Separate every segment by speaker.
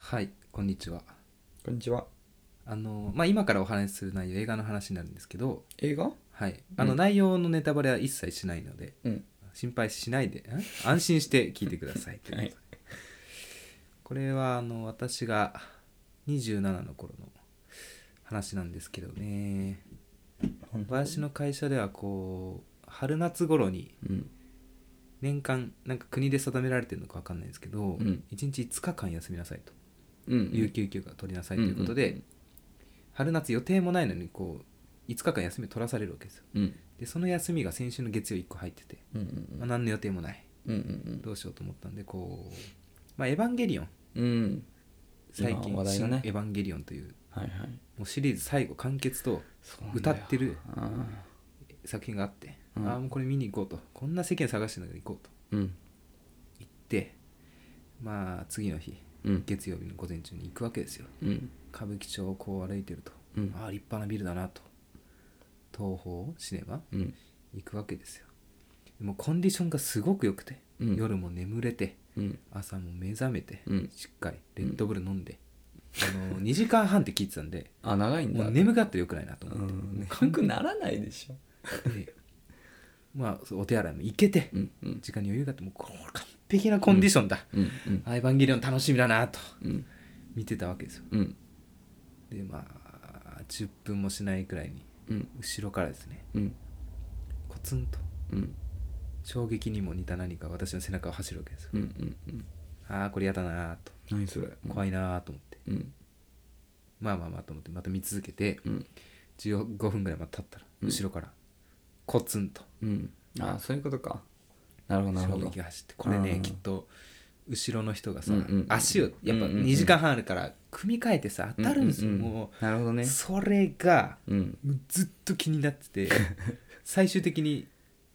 Speaker 1: はいこんにちは
Speaker 2: こんにちは。
Speaker 1: あの、まあ、今からお話しする内容映画の話になるんですけど、
Speaker 2: 映画
Speaker 1: はい、あの
Speaker 2: うん
Speaker 1: 内容のネタバレは一切しないので
Speaker 2: うん。
Speaker 1: 心配しないでん安心して聞いてくださ いということで、これはあの私が27の頃の話なんですけどね私の会社ではこう春夏頃に
Speaker 2: うん。
Speaker 1: 年間なんか国で定められてるのか分かんないですけど、
Speaker 2: ん
Speaker 1: 1日5日間休みなさいと
Speaker 2: うん
Speaker 1: 有給休暇取りなさいということで、、春夏予定もないのにこう5日間休みを取らされるわけですよ
Speaker 2: うん。
Speaker 1: でその休みが先週の月曜1個入ってて、
Speaker 2: うん。
Speaker 1: まあ、何の予定もない
Speaker 2: うん。うん。
Speaker 1: どうしようと思ったんでこう「まあ、エヴァンゲリオン
Speaker 2: うん。」
Speaker 1: 最近
Speaker 2: 今話題のね
Speaker 1: 新エヴァンゲリオン」という
Speaker 2: はいはい。
Speaker 1: もうシリーズ最後完結と歌ってる作品があって、
Speaker 2: うん
Speaker 1: ああもうこれ見に行こうとこんな世間探してるのに行こうと
Speaker 2: うん。
Speaker 1: 行ってまあ次の日
Speaker 2: うん。
Speaker 1: 月曜日の午前中に行くわけですよ
Speaker 2: うん。
Speaker 1: 歌舞伎町をこう歩いてると、
Speaker 2: うん
Speaker 1: ああ立派なビルだなと東宝シネマ
Speaker 2: うん。
Speaker 1: 行くわけですよでもコンディションがすごく良くて、
Speaker 2: うん
Speaker 1: 夜も眠れて
Speaker 2: うん。
Speaker 1: 朝も目覚めて、
Speaker 2: うん
Speaker 1: しっかりレッドブル飲んで、あの2時間半って聞いてたんで
Speaker 2: あ、長いん
Speaker 1: も
Speaker 2: だ。
Speaker 1: う眠かったらよくないなと
Speaker 2: う
Speaker 1: 思って、
Speaker 2: ん。眠くならないでしょ。
Speaker 1: でまあそうお手洗いも行けて、
Speaker 2: うん。うん。
Speaker 1: 時間に余裕があってもうこれ完璧なコンディションだ、
Speaker 2: うん。
Speaker 1: あエヴァンゲリオン楽しみだなと
Speaker 2: うん。
Speaker 1: 見てたわけですよ
Speaker 2: うん。
Speaker 1: でまあ10分もしないくらいに
Speaker 2: うん。
Speaker 1: 後ろからですね
Speaker 2: うん。
Speaker 1: コツンと
Speaker 2: うん。
Speaker 1: 衝撃にも似た何か私の背中を走るわけですよ、
Speaker 2: うん。うん。
Speaker 1: ああこれやだなーと
Speaker 2: 何それ。
Speaker 1: 怖いなーと思って、
Speaker 2: うん。
Speaker 1: まあまあまあと思ってまた見続けて
Speaker 2: うん。
Speaker 1: 15分ぐらいまた経ったら
Speaker 2: うん
Speaker 1: 後ろからコツンと
Speaker 2: うん。あ、そういうことか。なるほど、なる
Speaker 1: 衝
Speaker 2: ほど
Speaker 1: 撃。が走ってこれね、
Speaker 2: うん
Speaker 1: きっと後ろの人がさ、
Speaker 2: うんうん
Speaker 1: 足をやっぱ
Speaker 2: うんうんうん
Speaker 1: 2時間半あるから組み替えてさ当たるんですよ、も
Speaker 2: う。なるほど
Speaker 1: う、
Speaker 2: ね。
Speaker 1: それが
Speaker 2: うん。
Speaker 1: ずっと気になって て最終的に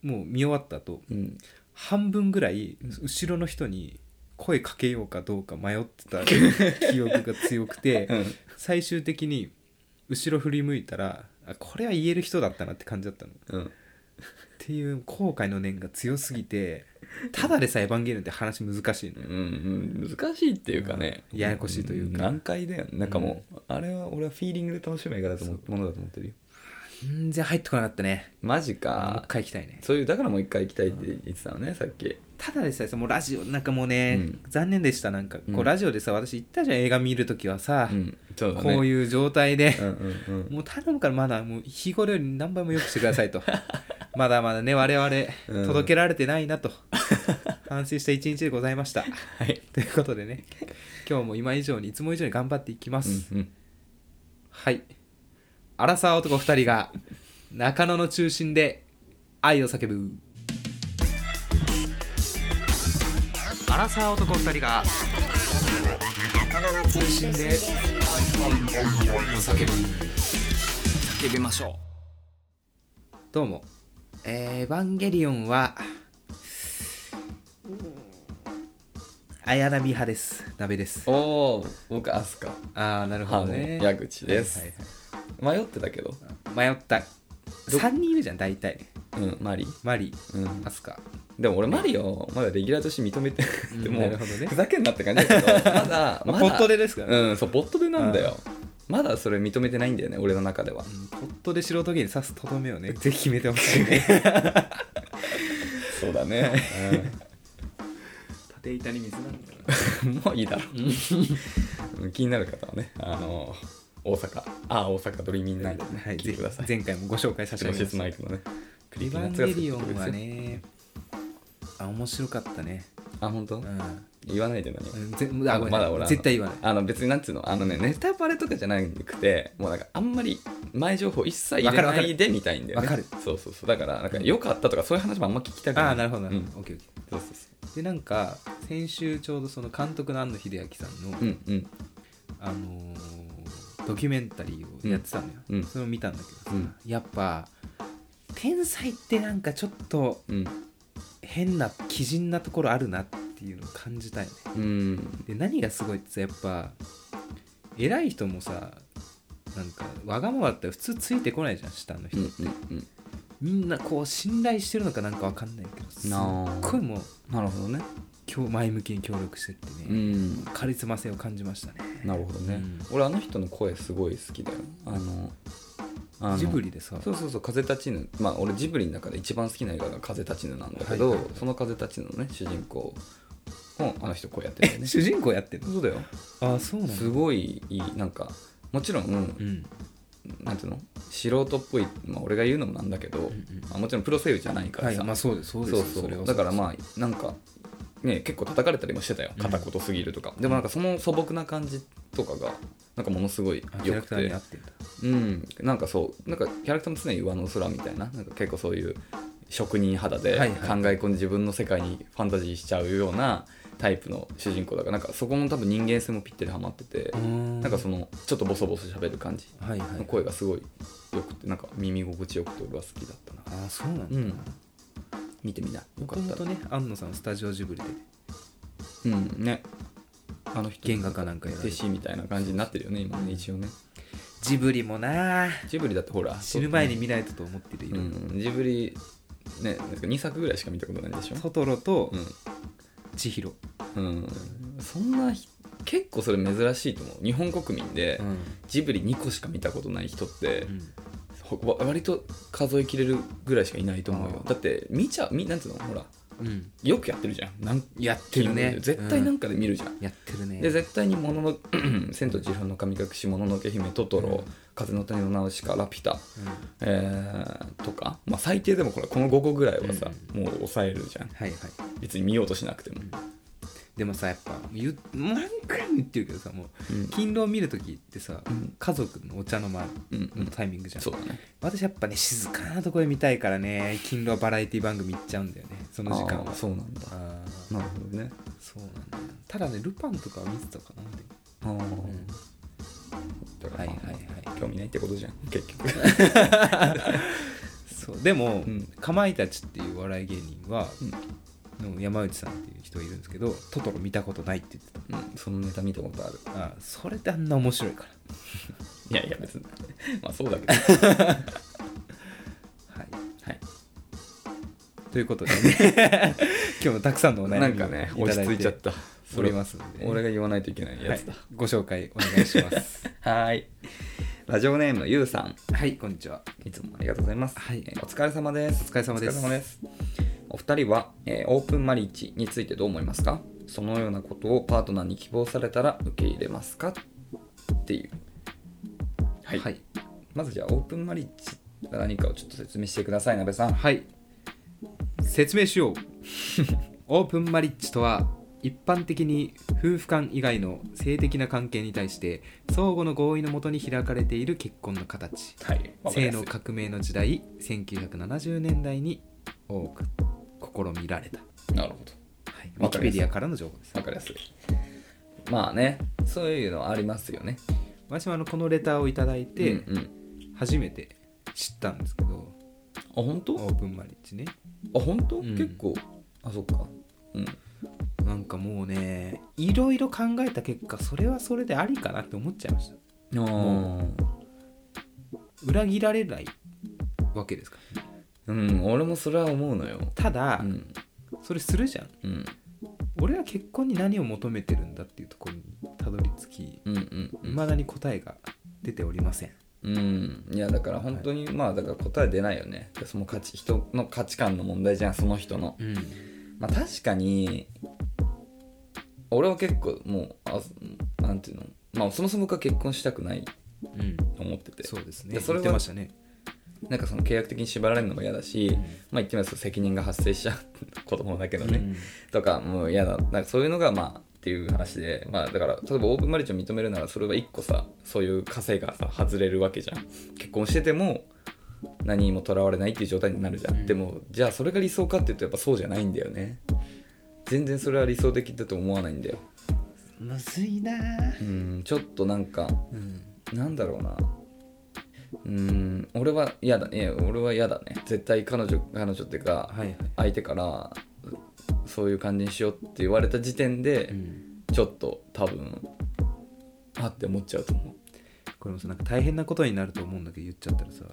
Speaker 1: もう見終わった後
Speaker 2: うん。
Speaker 1: 半分ぐらい後ろの人に声かけようかどうか迷って た記憶が強くて
Speaker 2: うん。
Speaker 1: 最終的に後ろ振り向いたらあこれは言える人だったなって感じだったの。っ
Speaker 2: うん。
Speaker 1: ていう後悔の念が強すぎてただでさえ「エヴァンゲリオン」って話難しいのよ。
Speaker 2: うんうん、難しいっていうかね、
Speaker 1: うんややこしいというか
Speaker 2: 難解だよねなんかもう、あれは俺はフィーリングで楽しむ映画だと思うものだと思ってるよ
Speaker 1: 全然入ってこなかったね。
Speaker 2: マジ
Speaker 1: もう
Speaker 2: か
Speaker 1: 一回行きたいね。
Speaker 2: そういうだからもう一回行きたいって言ってたのねさっき
Speaker 1: ただでさえさもうラジオなんかもうね、
Speaker 2: うん
Speaker 1: 残念でしたなんかこ
Speaker 2: う
Speaker 1: うんラジオでさ私言ったじゃん映画見るときはさ、
Speaker 2: うんそうだね
Speaker 1: こういう状態で
Speaker 2: う、んうんうん
Speaker 1: もう頼むからまだもう日頃より何倍も良くしてくださいと まだまだね我
Speaker 2: う
Speaker 1: 々
Speaker 2: ん
Speaker 1: 届けられてない なと反省した一日でございました
Speaker 2: はい
Speaker 1: ということでね今日も今以上にいつも以上に頑張っていきます、
Speaker 2: うんうん
Speaker 1: はい荒沢男2人が中野の中心で愛を叫ぶ荒沢男2人が中野の中心で愛を叫ぶ
Speaker 2: 叫びましょ
Speaker 1: どうも、えー、エヴァンゲリオンは、綾波派です。鍋です
Speaker 2: う。おお僕アスカ
Speaker 1: ああ、なるほどね。
Speaker 2: あの矢口です
Speaker 1: はい
Speaker 2: 迷ってたけど
Speaker 1: はい迷った。3人いるじゃん、大体。
Speaker 2: うんマリ
Speaker 1: マリ、
Speaker 2: うん
Speaker 1: アスカ。
Speaker 2: でも俺マリをまだレギュラーとして認めて
Speaker 1: うん
Speaker 2: でも
Speaker 1: なるほどね
Speaker 2: ふざけんなって感じだけどま だ
Speaker 1: ま
Speaker 2: ま
Speaker 1: あ
Speaker 2: だ
Speaker 1: ポットでですからね。
Speaker 2: うんそうボットでなんだよまだそれ認めてないんだよね俺の中では
Speaker 1: うんポットで素人芸に刺すとどめをね、ぜひ決めてほしい ね。
Speaker 2: そうだね
Speaker 1: 縦板に水なんだ
Speaker 2: もういいだろう。気になる方はね、あの、大阪、あ、大阪ドリーミンナイトね、
Speaker 1: はい、
Speaker 2: 聞いてください。
Speaker 1: 前回もご紹介させて
Speaker 2: 白
Speaker 1: もらいまし
Speaker 2: シス
Speaker 1: た
Speaker 2: マイクのね、ク
Speaker 1: エ
Speaker 2: リ
Speaker 1: ヴ
Speaker 2: ーピー
Speaker 1: ァ
Speaker 2: ナ
Speaker 1: ン
Speaker 2: ッツが
Speaker 1: ゲ
Speaker 2: 作って
Speaker 1: リ
Speaker 2: く
Speaker 1: オ
Speaker 2: れ
Speaker 1: ン
Speaker 2: て
Speaker 1: は
Speaker 2: るんですよ。
Speaker 1: ね、あ、面白かったね。
Speaker 2: あ、本当
Speaker 1: う？ん。
Speaker 2: 言わないで何も。
Speaker 1: うんぜあ
Speaker 2: あ
Speaker 1: ごめん
Speaker 2: まだ俺
Speaker 1: 絶対言わない。
Speaker 2: あの別になんつうのあのねネタバレとかじゃなくてもうなんかあんまり前情報一切入れ
Speaker 1: わかるわか
Speaker 2: な
Speaker 1: る
Speaker 2: いでみたいんだよね
Speaker 1: わかる
Speaker 2: そうそうそうだからなんか良かったとかそういう話もあんま聞きたくない
Speaker 1: ああなるほどなるほ
Speaker 2: うん
Speaker 1: ど、オッケーオッケ
Speaker 2: そうそうそ
Speaker 1: ーでなんか先週ちょうどその監督の庵野秀明さんの、
Speaker 2: ううんうん
Speaker 1: あのードキュメンタリーをやってたのよ、
Speaker 2: うん
Speaker 1: それを見たんだけどさ、
Speaker 2: うん
Speaker 1: やっぱ天才ってなんかちょっと
Speaker 2: うん
Speaker 1: 変な奇人なところあるなっていうのを感じたよね
Speaker 2: うん
Speaker 1: で何がすごいってさやっぱ偉い人もさなんかわがままだったら普通ついてこないじゃん下の人、
Speaker 2: うんうん
Speaker 1: みんなこう信頼してるのかなんかわかんないけどすっ
Speaker 2: なあ
Speaker 1: ごいもう
Speaker 2: なるほどね
Speaker 1: 今日前向きに協力してって
Speaker 2: う
Speaker 1: ね、
Speaker 2: ん
Speaker 1: カリスマ性を感じましたね
Speaker 2: なるほどね、
Speaker 1: うん
Speaker 2: 俺あの人の声すごい好きだよあのあの
Speaker 1: ジブリでさ
Speaker 2: そうそうそう「風立ちぬ」まあ俺ジブリの中で一番好きな映画が「風立ちぬ」なんだけど、
Speaker 1: はいはい
Speaker 2: その「風立ちぬ」のね主人公もあの人こうやってる よね
Speaker 1: 主人公やってるの
Speaker 2: そうだよ
Speaker 1: あそうなんだ
Speaker 2: すごいいいなんかもちろん、
Speaker 1: うん
Speaker 2: なんていうの素人っぽい、まあ、俺が言うのもなんだけど、
Speaker 1: ん
Speaker 2: まあもちろんプロ声優じゃないから
Speaker 1: はい
Speaker 2: さ、
Speaker 1: まあそうですそうです
Speaker 2: そう
Speaker 1: そ
Speaker 2: そう
Speaker 1: れは
Speaker 2: だからまあなんかね結構叩かれたりもしてたよ
Speaker 1: うん
Speaker 2: 片言すぎるとか、でもなんかその素朴な感じとかがなんかものすごい
Speaker 1: あキャ
Speaker 2: 良
Speaker 1: ラク
Speaker 2: く
Speaker 1: ターに合
Speaker 2: て
Speaker 1: ってんだ
Speaker 2: うんなんかそうなんかキャラクターも常に上の空みたいななんか結構そういう職人肌で
Speaker 1: はいはい
Speaker 2: 考え込んで自分の世界にファンタジーしちゃうようなタイプの主人公だからなんかそこも多分人間性もぴったりはまってて、
Speaker 1: な
Speaker 2: なんかそのちょっとボソボソ喋る感じ
Speaker 1: はいは
Speaker 2: の
Speaker 1: い
Speaker 2: 声がすごいよくてなんか耳心地よくて俺は好きだったな
Speaker 1: あそうなん
Speaker 2: う
Speaker 1: だ
Speaker 2: ん見てみなよ
Speaker 1: も
Speaker 2: か
Speaker 1: と
Speaker 2: っ
Speaker 1: も
Speaker 2: た
Speaker 1: と
Speaker 2: ら
Speaker 1: ね安野さんスタジオジブリで
Speaker 2: うんねあの人
Speaker 1: 原画かなんかやられ
Speaker 2: 弟
Speaker 1: て
Speaker 2: 子みたいな感じになってるよね今ね一応ね
Speaker 1: ジブリもなあ
Speaker 2: ジブリだってほら
Speaker 1: 死ぬ前に見ないとと思ってる
Speaker 2: う
Speaker 1: 色々
Speaker 2: んジブリねなんか2作ぐらいしか見たことないんでしょ
Speaker 1: トトロと
Speaker 2: う
Speaker 1: 千尋
Speaker 2: ん、うん、そんなひ結構それ珍しいと思う日本国民で
Speaker 1: うん
Speaker 2: ジブリ2個しか見たことない人って、
Speaker 1: うん
Speaker 2: ほわ割と数えきれるぐらいしかいないと思うよ
Speaker 1: あー
Speaker 2: だって見ちゃみなんていうのほら
Speaker 1: うん
Speaker 2: よくやってるじゃんなん
Speaker 1: やってるね
Speaker 2: 絶対なんかで見るじゃん、
Speaker 1: やってるね
Speaker 2: で絶対にものの 「千と千尋の神隠し」「もののけ姫」「トトロ」風の谷のナウシカ」「ラピュタ」
Speaker 1: うん
Speaker 2: えーとか、まあ、最低でもこれこの5個ぐらいはさ、もう抑えるじゃん
Speaker 1: はいはい
Speaker 2: 別に見ようとしなくても、
Speaker 1: でもさやっぱ言う何回も言ってるけどさもう
Speaker 2: うん
Speaker 1: 勤労見る時ってさ、
Speaker 2: うん
Speaker 1: 家族のお茶の間
Speaker 2: うんうん
Speaker 1: のタイミングじゃん、
Speaker 2: そうだね
Speaker 1: 私やっぱね静かなとこで見たいからね勤労バラエティ番組行っちゃうんだよねその時間
Speaker 2: あー
Speaker 1: は
Speaker 2: そうなんだ
Speaker 1: あー
Speaker 2: なるほどね
Speaker 1: そうなんだよただねルパンとかは見てたかなでも
Speaker 2: ああ、
Speaker 1: ん
Speaker 2: だか
Speaker 1: は
Speaker 2: ら
Speaker 1: いはいは
Speaker 2: 興味ないってことじゃん結局
Speaker 1: そうでも、
Speaker 2: うん
Speaker 1: かまいたちっていうお笑い芸人は、の山内さんっていう人がいるんですけどトトロ見たことないって言ってた
Speaker 2: うん、そのネタ見たことある
Speaker 1: あーそれであんな面白いから
Speaker 2: いやいや別に まあそうだけど
Speaker 1: はい
Speaker 2: はい
Speaker 1: ということでね 今日もたくさんのお
Speaker 2: な
Speaker 1: 悩
Speaker 2: ん
Speaker 1: みを
Speaker 2: か
Speaker 1: い
Speaker 2: ね
Speaker 1: た
Speaker 2: 落
Speaker 1: だ
Speaker 2: ち着い
Speaker 1: い
Speaker 2: ちゃってた
Speaker 1: おりますの
Speaker 2: そ
Speaker 1: で
Speaker 2: れ俺が言わないといけないやつだ
Speaker 1: はい、ご紹介お願いします。
Speaker 2: はーいラジオネームのゆうさん
Speaker 1: はい、こんにちは。
Speaker 2: いつもありがとうございます、
Speaker 1: はい
Speaker 2: えーお疲れ様です
Speaker 1: お疲れ様です
Speaker 2: お疲れ様ですお二人は、えーオープンマリッジについてどう思いますかそのようなことをパートナーに希望されたら受け入れますかっていうはい、
Speaker 1: はい。
Speaker 2: まずじゃあオープンマリッジが何かをちょっと説明してくださいなべさん
Speaker 1: はい説明しよう。 オープンマリッジとは、一般的に夫婦間以外の性的な関係に対して相互の合意のもとに開かれている結婚の形
Speaker 2: はいわか
Speaker 1: 性
Speaker 2: りやすい
Speaker 1: の革命の時代1970年代に多く試みられた、
Speaker 2: なるほど
Speaker 1: はい、ウィ
Speaker 2: わ
Speaker 1: キ
Speaker 2: かり
Speaker 1: ペディ
Speaker 2: やすい
Speaker 1: アからの情報です
Speaker 2: わかりやすいまあねそういうのありますよね
Speaker 1: 私もあのこのレターをいただいて
Speaker 2: うんうん、あ
Speaker 1: 初めて知ったんですけど、
Speaker 2: 本当
Speaker 1: オープンマリッジね
Speaker 2: あ本当、
Speaker 1: うん
Speaker 2: 結構あそっかうん
Speaker 1: なんかもうねいろいろ考えた結果それはそれでありかなって思っちゃいました
Speaker 2: あ
Speaker 1: 裏切られないわけですから
Speaker 2: うん俺もそれは思うのよ
Speaker 1: ただ、
Speaker 2: うん
Speaker 1: それするじゃん
Speaker 2: うん
Speaker 1: 俺は結婚に何を求めてるんだっていうところにたどり着き
Speaker 2: うんうんう
Speaker 1: 未
Speaker 2: ん、
Speaker 1: だに答えが出ておりません
Speaker 2: うん、いやだから本当に、まあだから答え出ないよねその価値人の価値観の問題じゃんその人の
Speaker 1: うん
Speaker 2: まあ確かに俺は結構もうあなんていうのまあそもそも僕は結婚したくない
Speaker 1: うん
Speaker 2: と思ってて
Speaker 1: そうです
Speaker 2: い
Speaker 1: ね
Speaker 2: やそれ
Speaker 1: 言
Speaker 2: は
Speaker 1: ってましたね
Speaker 2: なんかその契約的に縛られるのも嫌だし、
Speaker 1: ん
Speaker 2: まあ言ってみれば責任が発生しちゃう 子供だけどね、とかもう嫌だなんかそういうのがまあっていう話でまあだから例えばオープンマリッジを認めるならそれは一個さそういう枷がさ外れるわけじゃん結婚してても何にもとらわれないっていう状態になるじゃん、
Speaker 1: うん
Speaker 2: でもじゃあそれが理想かっていうとやっぱそうじゃないんだよね全然それは理想的だと思わないんだよ
Speaker 1: うんむずいな
Speaker 2: うんちょっとなんか
Speaker 1: うん
Speaker 2: なんだろうなうーん俺は嫌だね俺は嫌だね絶対彼女彼女っていうか、
Speaker 1: はいはい
Speaker 2: 相手からそういう感じにしようって言われた時点で、
Speaker 1: うん
Speaker 2: ちょっと多分あって思っちゃうと思
Speaker 1: これもさなんか大 変なことになると思うんだけど言っちゃったらさ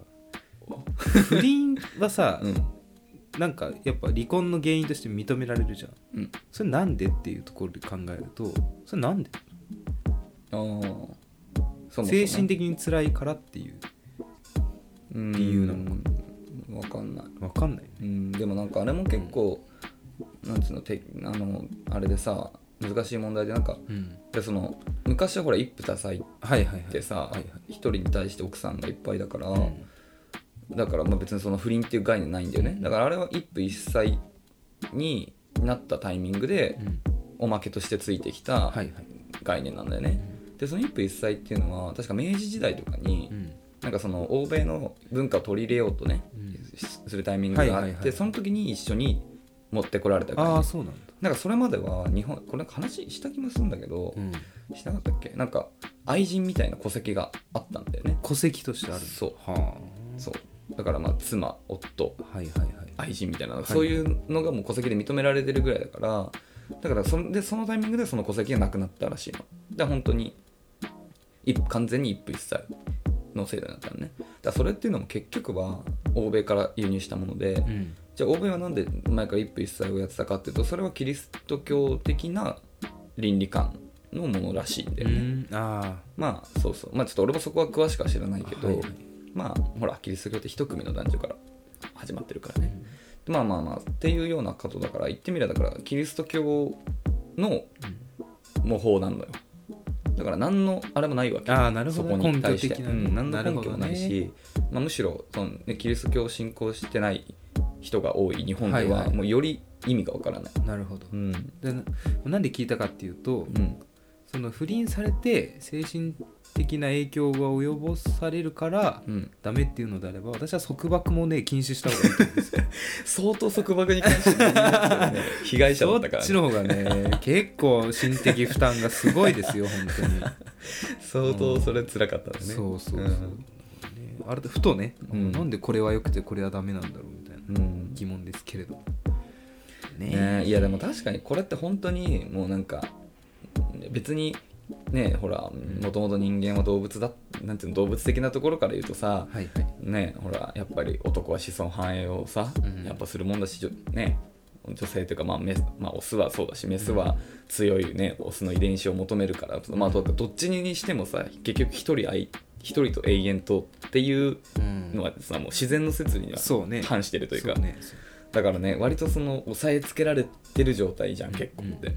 Speaker 2: う
Speaker 1: 不倫はさ、
Speaker 2: うん
Speaker 1: なんかやっぱ離婚の原因として認められるじゃん
Speaker 2: うん
Speaker 1: それなんでっていうところで考えるとそれなんで
Speaker 2: あーそもそもね
Speaker 1: 精神的に辛いからっていう
Speaker 2: 理
Speaker 1: 理由なの
Speaker 2: か分かんない
Speaker 1: 分かんないよね
Speaker 2: うんでもなんかあれも結構、なんつうのてあのあれでさ難しい問題でなんか
Speaker 1: うん
Speaker 2: でその昔はほら一夫多妻っ
Speaker 1: はいはいはい
Speaker 2: てさ
Speaker 1: はいはい
Speaker 2: 一、人に対して奥さんがいっぱいだから、
Speaker 1: うん
Speaker 2: だからまあ別にその不倫っていう概念ないんだよねだからあれは一夫一妻になったタイミングで
Speaker 1: うん
Speaker 2: おまけとしてついてきた
Speaker 1: はいはい
Speaker 2: 概念なんだよね、でその一夫一妻っていうのは確か明治時代とかに、
Speaker 1: うん
Speaker 2: なんかその欧米の文化を取り入れようとね、
Speaker 1: うん
Speaker 2: すするタイミングがあって、
Speaker 1: はいはいはい
Speaker 2: その時に一緒に持ってこられた
Speaker 1: あ
Speaker 2: 感
Speaker 1: あ
Speaker 2: じ
Speaker 1: そうなんだ
Speaker 2: なんかそれまでは日本これなんか話した気もするんだけど
Speaker 1: う、ん
Speaker 2: しなかったっけなんか愛人みたいな戸籍があったんだよね
Speaker 1: 戸籍としてある
Speaker 2: そう
Speaker 1: は
Speaker 2: そうだからまあ妻夫
Speaker 1: あはいはいはい
Speaker 2: 愛人みたいな、
Speaker 1: い
Speaker 2: そういうのがもう戸籍で認められてるぐらいだからだからそんでそのタイミングでその戸籍がなくなったらしいので本当に一完全に一夫一妻の制度になったのねだからそれっていうのも結局は欧米から輸入したもので、
Speaker 1: うん
Speaker 2: じゃあ欧米はなんで前から一夫一妻をやってたかっていうとそれはキリスト教的な倫理観のものらしいんだよね、
Speaker 1: うんあ
Speaker 2: まあそうそうまあちょっと俺もそこは詳しくは知らない
Speaker 1: あ
Speaker 2: けど、
Speaker 1: はいはい
Speaker 2: まあほらキリスト教って一組の男女から始まってるからね、まあまあまあっていうようなことだから言ってみればだからキリスト教の模倣なのよだから何のあれもないわけ
Speaker 1: ああなる
Speaker 2: そ
Speaker 1: ほ
Speaker 2: こ
Speaker 1: どね
Speaker 2: に
Speaker 1: 根拠
Speaker 2: 対して、
Speaker 1: 的な
Speaker 2: うん、何の
Speaker 1: なる
Speaker 2: 根
Speaker 1: ほ
Speaker 2: 拠
Speaker 1: ど
Speaker 2: も
Speaker 1: ね
Speaker 2: ないし、まあ、むしろその、ね、キリスト教を信仰してない人が多い日本では、
Speaker 1: はいはい
Speaker 2: もうより意味がわからない、
Speaker 1: なるほど
Speaker 2: うん
Speaker 1: でななんで聞いたかっていうと
Speaker 2: うん、
Speaker 1: その不倫されて精神的な影響が及ぼされるから
Speaker 2: うん、
Speaker 1: ダメっていうのであれば私は束縛もね禁止した方がいいと思うんですよ
Speaker 2: 相当束縛に関してはね、被害者だ
Speaker 1: そ
Speaker 2: ったから、
Speaker 1: っち
Speaker 2: ね、
Speaker 1: の方が ね結構心的負担がすごいですよ本当に、
Speaker 2: 相当それ辛かったんだね、
Speaker 1: そうそうそう、
Speaker 2: うん
Speaker 1: ねあれでふとね、
Speaker 2: うん
Speaker 1: なんでこれは良くてこれはダメなんだろうみたいな
Speaker 2: うん
Speaker 1: 疑問ですけれども
Speaker 2: ねえいやでも確かにこれって本当にもうなんか別にねえほらもともと人間は動物だなんていうの動物的なところから言うとさ
Speaker 1: はいはい
Speaker 2: ねえほらやっぱり男は子孫繁栄をさ、
Speaker 1: うん
Speaker 2: やっぱするもんだしじょねえ女性というか、まあ、メスまあオスはそうだしメスは強いねオスの遺伝子を求めるから、まあ、どどっちにしてもさ結局一人あい一人と永遠とっていう
Speaker 1: うん
Speaker 2: のはさもう自然の説理には
Speaker 1: そうね
Speaker 2: 反してるというか
Speaker 1: そうねそう
Speaker 2: だからね割とその押さえつけられてる状態じゃん結婚って、だ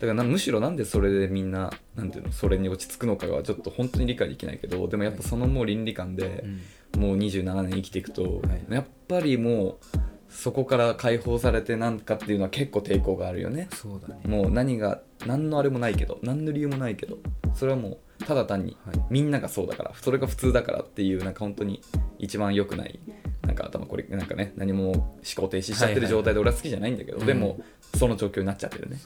Speaker 2: からなむしろなんでそれでみんななんていうのそれに落ち着くのかがちょっと本当に理解できないけどでもやっぱそのもう倫理観で
Speaker 1: う、ん
Speaker 2: もう27年生きていくと、
Speaker 1: はい
Speaker 2: やっぱりもうそこから解放されてなんかっていうのは結構抵抗があるよね
Speaker 1: そうだね
Speaker 2: もう何が何のあれもないけど何の理由もないけどそれはもうただ単に
Speaker 1: はい
Speaker 2: みんながそうだからそれが普通だからっていうなんか本当に一番良くないなんか頭これなんかね何も思考停止しちゃってる状態で俺は好きじゃないんだけど、
Speaker 1: うん
Speaker 2: でも、その状況になっちゃってるね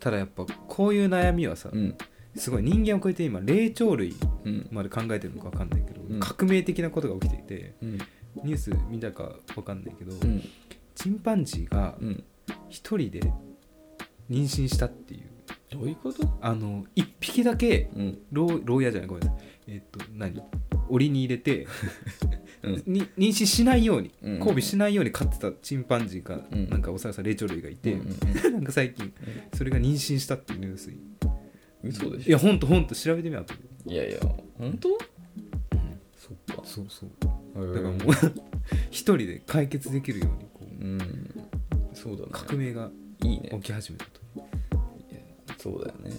Speaker 1: ただやっぱこういう悩みはさ、
Speaker 2: うん
Speaker 1: すごい人間を超えて今霊長類
Speaker 2: うん
Speaker 1: まで考えてるのか分かんないけど、
Speaker 2: うん
Speaker 1: 革命的なことが起きていて
Speaker 2: うん
Speaker 1: ニュース見たか分かんないけど、
Speaker 2: うん
Speaker 1: チンパンジーが
Speaker 2: うん
Speaker 1: 一人で妊娠したっていう
Speaker 2: どういうこと
Speaker 1: あの一匹だけ
Speaker 2: うん
Speaker 1: 牢牢屋じゃないごめんなさいえっと何檻に入れ て、
Speaker 2: うん
Speaker 1: に妊娠しないように
Speaker 2: うん
Speaker 1: 交尾しないように飼ってたチンパンジーが、
Speaker 2: うん
Speaker 1: なんかおさらさ霊長類がいて、
Speaker 2: うんう ん
Speaker 1: なんか最近それが妊娠したっていうニュースに
Speaker 2: 嘘で
Speaker 1: い
Speaker 2: しょ
Speaker 1: やほんとほんと調べてみよう
Speaker 2: いやいや本当、そっか
Speaker 1: そうそう
Speaker 2: だ
Speaker 1: だからもう一人で解決できるようにこう
Speaker 2: うんそうだね
Speaker 1: 革命が
Speaker 2: いいね
Speaker 1: 起き始めたと
Speaker 2: そうだよね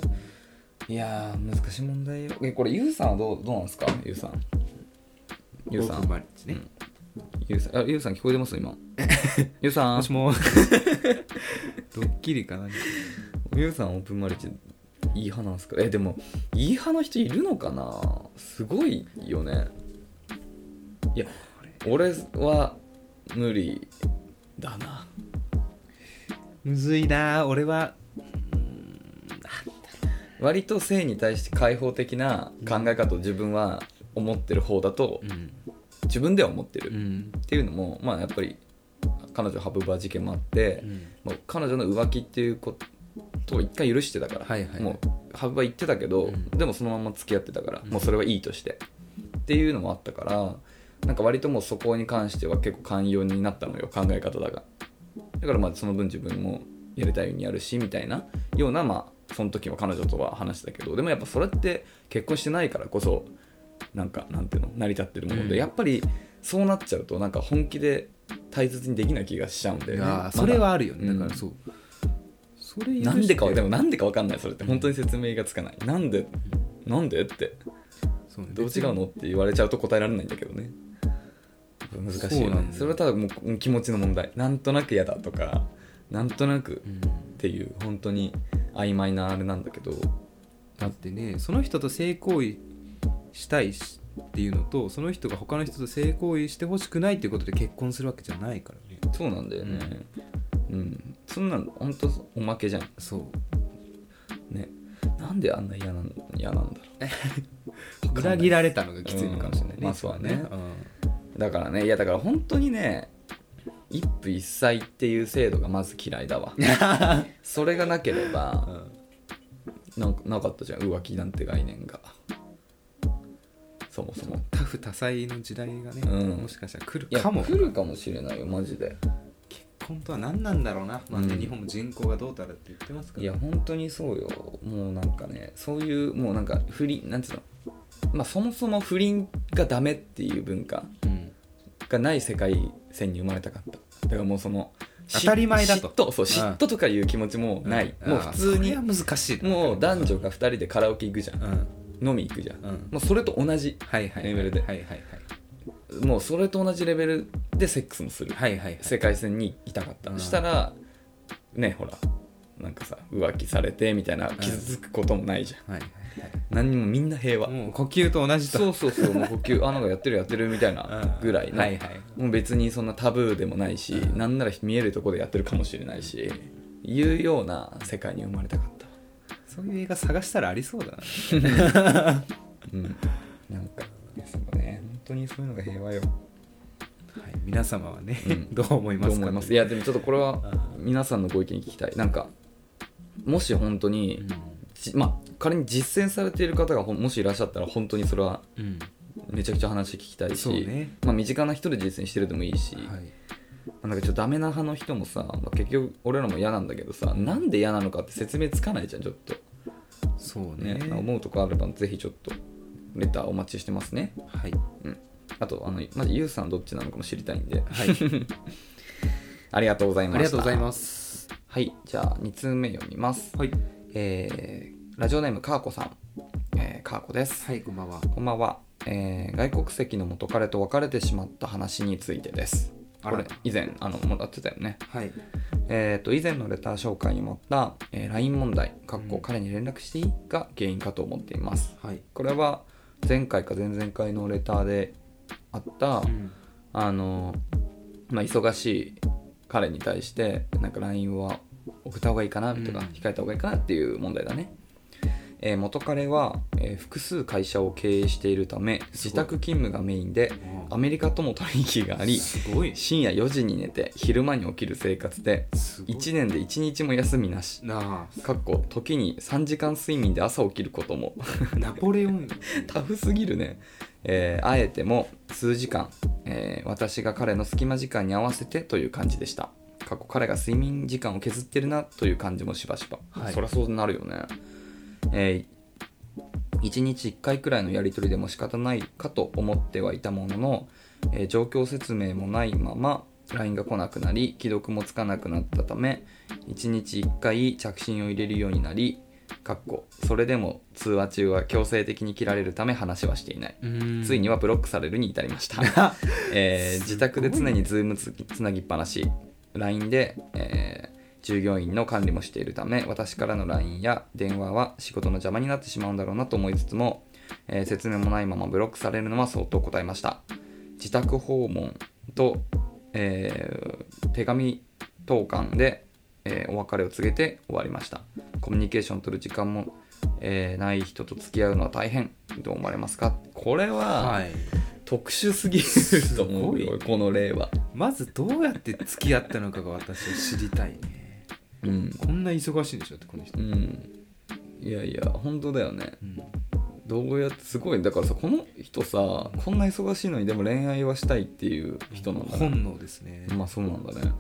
Speaker 2: いやー難しい問題よえこれゆうさんはどうどうなんですかゆうさんゆうさ
Speaker 1: オープン
Speaker 2: ん
Speaker 1: マリッジね、
Speaker 2: うんゆうさんあゆうさん聞こえてます今ゆうさん
Speaker 1: もしも ドッキリかな
Speaker 2: ゆうさんオープンマリッジいい派なんですかえでもいい派の人いるのかなすごいよねいや俺は無理だな
Speaker 1: むずいな俺は
Speaker 2: 割と性に対して開放的な考え方を自分は思ってる方だと
Speaker 1: うん、
Speaker 2: 自分では思ってる
Speaker 1: うん
Speaker 2: っていうのも、まあ、やっぱり彼女ハブバー事件もあって、もう彼女の浮気っていうことを一回許してたから、
Speaker 1: はいはい
Speaker 2: もうハブバー言ってたけど、
Speaker 1: うん
Speaker 2: でもそのまま付き合ってたから、
Speaker 1: うん
Speaker 2: もうそれはいいとしてっていうのもあったからなんか割ともうそこに関しては結構寛容になったのよ考え方だがだからまあその分自分もやりたいようにやるしみたいなようなまあその時は彼女とは話したけどでもやっぱそれって結婚してないからこそなんかなんていうの成り立ってるもので、
Speaker 1: うん
Speaker 2: やっぱりそうなっちゃうとなんか本気で大切にできない気がしちゃうんだよね
Speaker 1: あ
Speaker 2: まだ
Speaker 1: ーそれはあるよね、
Speaker 2: うん
Speaker 1: だからそうそれ許して
Speaker 2: なんでかでもなんでかわかんないそれって本当に説明がつかないなんでなんでって
Speaker 1: そうね
Speaker 2: どう違うのって言われちゃうと答えられないんだけどね難しい
Speaker 1: そう
Speaker 2: よ
Speaker 1: なん
Speaker 2: ね
Speaker 1: だ
Speaker 2: それはただもううん気持ちの問題なんとなく嫌だとかなんとなく
Speaker 1: うん
Speaker 2: っていう本当に曖昧なあれなんだけど
Speaker 1: だってねその人と性行為したいしっていうのとその人が他の人と性行為してほしくないっていうことで結婚するわけじゃないからね
Speaker 2: そうなんだよねうんそんなの本当おまけじゃん
Speaker 1: そう
Speaker 2: ねなんであんな嫌なん嫌なんだろう
Speaker 1: 裏切られたのがきついのかもしれないね、
Speaker 2: うんまあそうだね
Speaker 1: 一番
Speaker 2: だからねいやだから本当にね一夫一妻っていう制度がまず嫌い だわそれがなけれ
Speaker 1: う
Speaker 2: ば
Speaker 1: ん
Speaker 2: なんかなかったじゃん浮気なんて概念がそもそも
Speaker 1: 多夫多妻の時代がね、
Speaker 2: うん
Speaker 1: もしかしたら来
Speaker 2: い
Speaker 1: る
Speaker 2: や
Speaker 1: かも
Speaker 2: 来るかもしれないよマジで
Speaker 1: 本当は何なんだろうな、まあね
Speaker 2: うん
Speaker 1: 日本も人口がどうたらって言ってますか
Speaker 2: い
Speaker 1: ら
Speaker 2: や本当にそうよもうなんかねそういうもうなんか不倫なんていうのまあそもそも不倫がダメっていう文化
Speaker 1: うん
Speaker 2: がない世界線に生まれたかっただからもうその
Speaker 1: 当たり前だと
Speaker 2: 嫉妬そう
Speaker 1: うん
Speaker 2: 嫉妬とかいう気持ちもない、
Speaker 1: うん
Speaker 2: もう普通に
Speaker 1: あーそれは難しいな
Speaker 2: もう男女が2人でカラオケ行くじゃん
Speaker 1: うんうん
Speaker 2: 飲み行くじゃん、
Speaker 1: うん
Speaker 2: もうそれと同じ
Speaker 1: はいはい
Speaker 2: レベルで
Speaker 1: はいはい
Speaker 2: もうそれと同じレベルでセックスもする、
Speaker 1: はいはいはいはい
Speaker 2: 世界線にいたかった、
Speaker 1: うん
Speaker 2: したらねほらなんかさ浮気されてみたいな傷つくこともないじゃん、
Speaker 1: はい
Speaker 2: 何にもみんな平和、
Speaker 1: はいもう呼吸と同じと
Speaker 2: そうそうそうもう呼 吸あなんかやってるやってるみたいなぐらいの、
Speaker 1: はいはい
Speaker 2: もう別にそんなタブーでもないし、なんなら見えるとこでやってるかもしれないしいうような世界に生まれたかった
Speaker 1: そういう映画探したらありそうだな
Speaker 2: うんなんかそうね本当にそういうのが平和よ
Speaker 1: はい、皆様はね、
Speaker 2: うん
Speaker 1: どう思いま
Speaker 2: どう
Speaker 1: す
Speaker 2: 思
Speaker 1: か
Speaker 2: いますいやでもちょっとこれは皆さんのご意見聞きたいなんかもし本当に、じまあ仮に実践されている方がほんもしいらっしゃったら本当にそれは
Speaker 1: うん、うん
Speaker 2: めちゃくちゃ話聞きたいし、
Speaker 1: そうね
Speaker 2: まあ、身近な人で実践してるでもいいし、
Speaker 1: はい、
Speaker 2: なんかちょっとダメな派の人もさ、まあ、結局俺らも嫌なんだけどさなんで嫌なのかって説明つかないじゃんちょっと
Speaker 1: そうね
Speaker 2: ね思うとこあればぜひちょっとレターお待ちしてますね
Speaker 1: はい
Speaker 2: あとあのまずゆうさんどっちなのかも知りたいんで
Speaker 1: はい
Speaker 2: ありがとうございまし た
Speaker 1: ありがとうございます
Speaker 2: はいじゃあ2通目読みます
Speaker 1: はい
Speaker 2: えーラジオネームかーこさん、えー、かーこです
Speaker 1: はいこんばんは
Speaker 2: こんばんは、えー外国籍の元彼と別れてしまった話についてですこ
Speaker 1: あら
Speaker 2: れ以前あのもらってたよね
Speaker 1: はい
Speaker 2: えー、と以前のレター紹介にもあった、えー LINE 問題かっ
Speaker 1: う
Speaker 2: こ
Speaker 1: ん
Speaker 2: 彼に連絡していいが原因かと思っています
Speaker 1: はい、
Speaker 2: これは前回か前々回のレターであった、
Speaker 1: うん
Speaker 2: あの、まあ、忙しい彼に対してなんか LINE は送った方がいいかなとか、
Speaker 1: うん
Speaker 2: 控えた方がいいかなっていう問題だね、えー元彼は、えー複数会社を経営しているため自宅勤務がメインで
Speaker 1: うん
Speaker 2: アメリカとも取引があり
Speaker 1: すごい
Speaker 2: 深夜4時に寝て昼間に起きる生活です
Speaker 1: ごい
Speaker 2: 1年で1日も休みなし
Speaker 1: な
Speaker 2: かっこ時に3時間睡眠で朝起きることも
Speaker 1: あナポレオン
Speaker 2: タフすぎるね、えー、あえても数時間、えー私が彼の隙間時間に合わせてという感じでした過去彼が睡眠時間を削ってるなという感じもしばしば、
Speaker 1: はい
Speaker 2: そりゃそうなるよねえ1日1回くらいのやり取りでも仕方ないかと思ってはいたものの、えー状況説明もないまま LINE が来なくなり既読もつかなくなったため1日1回着信を入れるようになりかっこそれでも通話中は強制的に切られるため話はしていない、ついにはブロックされるに至りました、 えー自宅で常に Zoom つつなぎっぱなし LINE で、えー従業員の管理もしているため私からの LINE や電話は仕事の邪魔になってしまうんだろうなと思いつつも、えー説明もないままブロックされるのは相当答えました自宅訪問と、えー手紙投函で、えーお別れを告げて終わりましたコミュニケーション取る時間も、えーない人と付き合うのは大変どう思われますかこれは、
Speaker 1: はい
Speaker 2: 特殊すぎると思う
Speaker 1: すご
Speaker 2: よ
Speaker 1: い
Speaker 2: この例は、
Speaker 1: まずどうやって付き合ったのかが私は知りたいね
Speaker 2: うん
Speaker 1: こんな忙しいんでしょだってこの人、
Speaker 2: うん、いやいや本当だよね
Speaker 1: うん
Speaker 2: どうやってすごいだからさこの人さこんな忙しいのにでも恋愛はしたいっていう人なんだね
Speaker 1: 本能ですね、
Speaker 2: まあそうなんだね